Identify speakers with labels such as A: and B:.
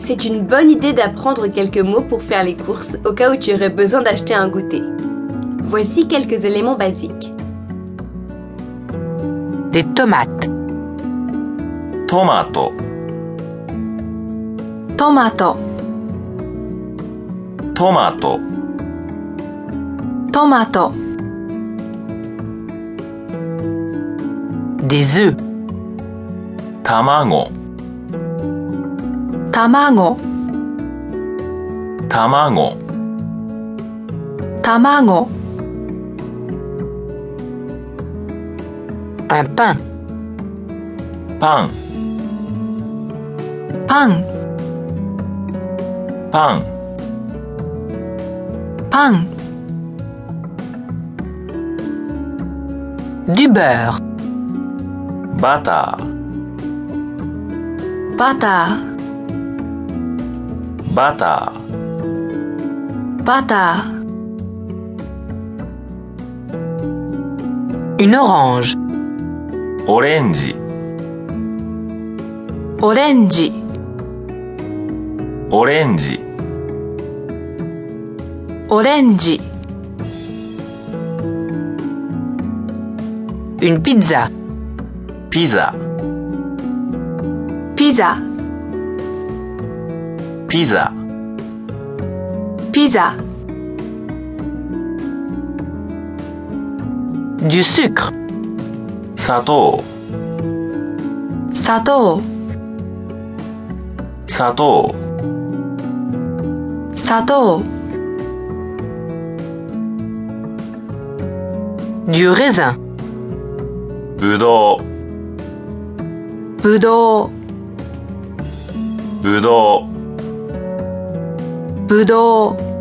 A: C'est une bonne idée d'apprendre quelques mots pour faire les courses au cas où tu aurais besoin d'acheter un goûter. Voici quelques éléments basiques.
B: des tomates,
C: トマト
D: トマト、
C: トマト
D: トマト、
B: des œufs,
C: 卵
D: 卵、
C: 卵
D: 卵、
B: un pain,
C: パン
D: パン、
C: パン
D: パン、
B: du beurre,
C: バター
D: バタ
C: バター
D: ー、バター、
B: une orange,
C: オレンジ
D: オレンジ、
C: オレンジ
D: オレンジ、
B: une pizza,
C: ピザ
D: ピザ、
C: ピザ
D: ピザ、
B: du sucre,
C: 砂糖
D: 砂糖、
C: 砂糖
D: 砂糖、
B: du raisin,
C: ぶど
D: ぶどう、
C: うぶどう
D: ぶどう、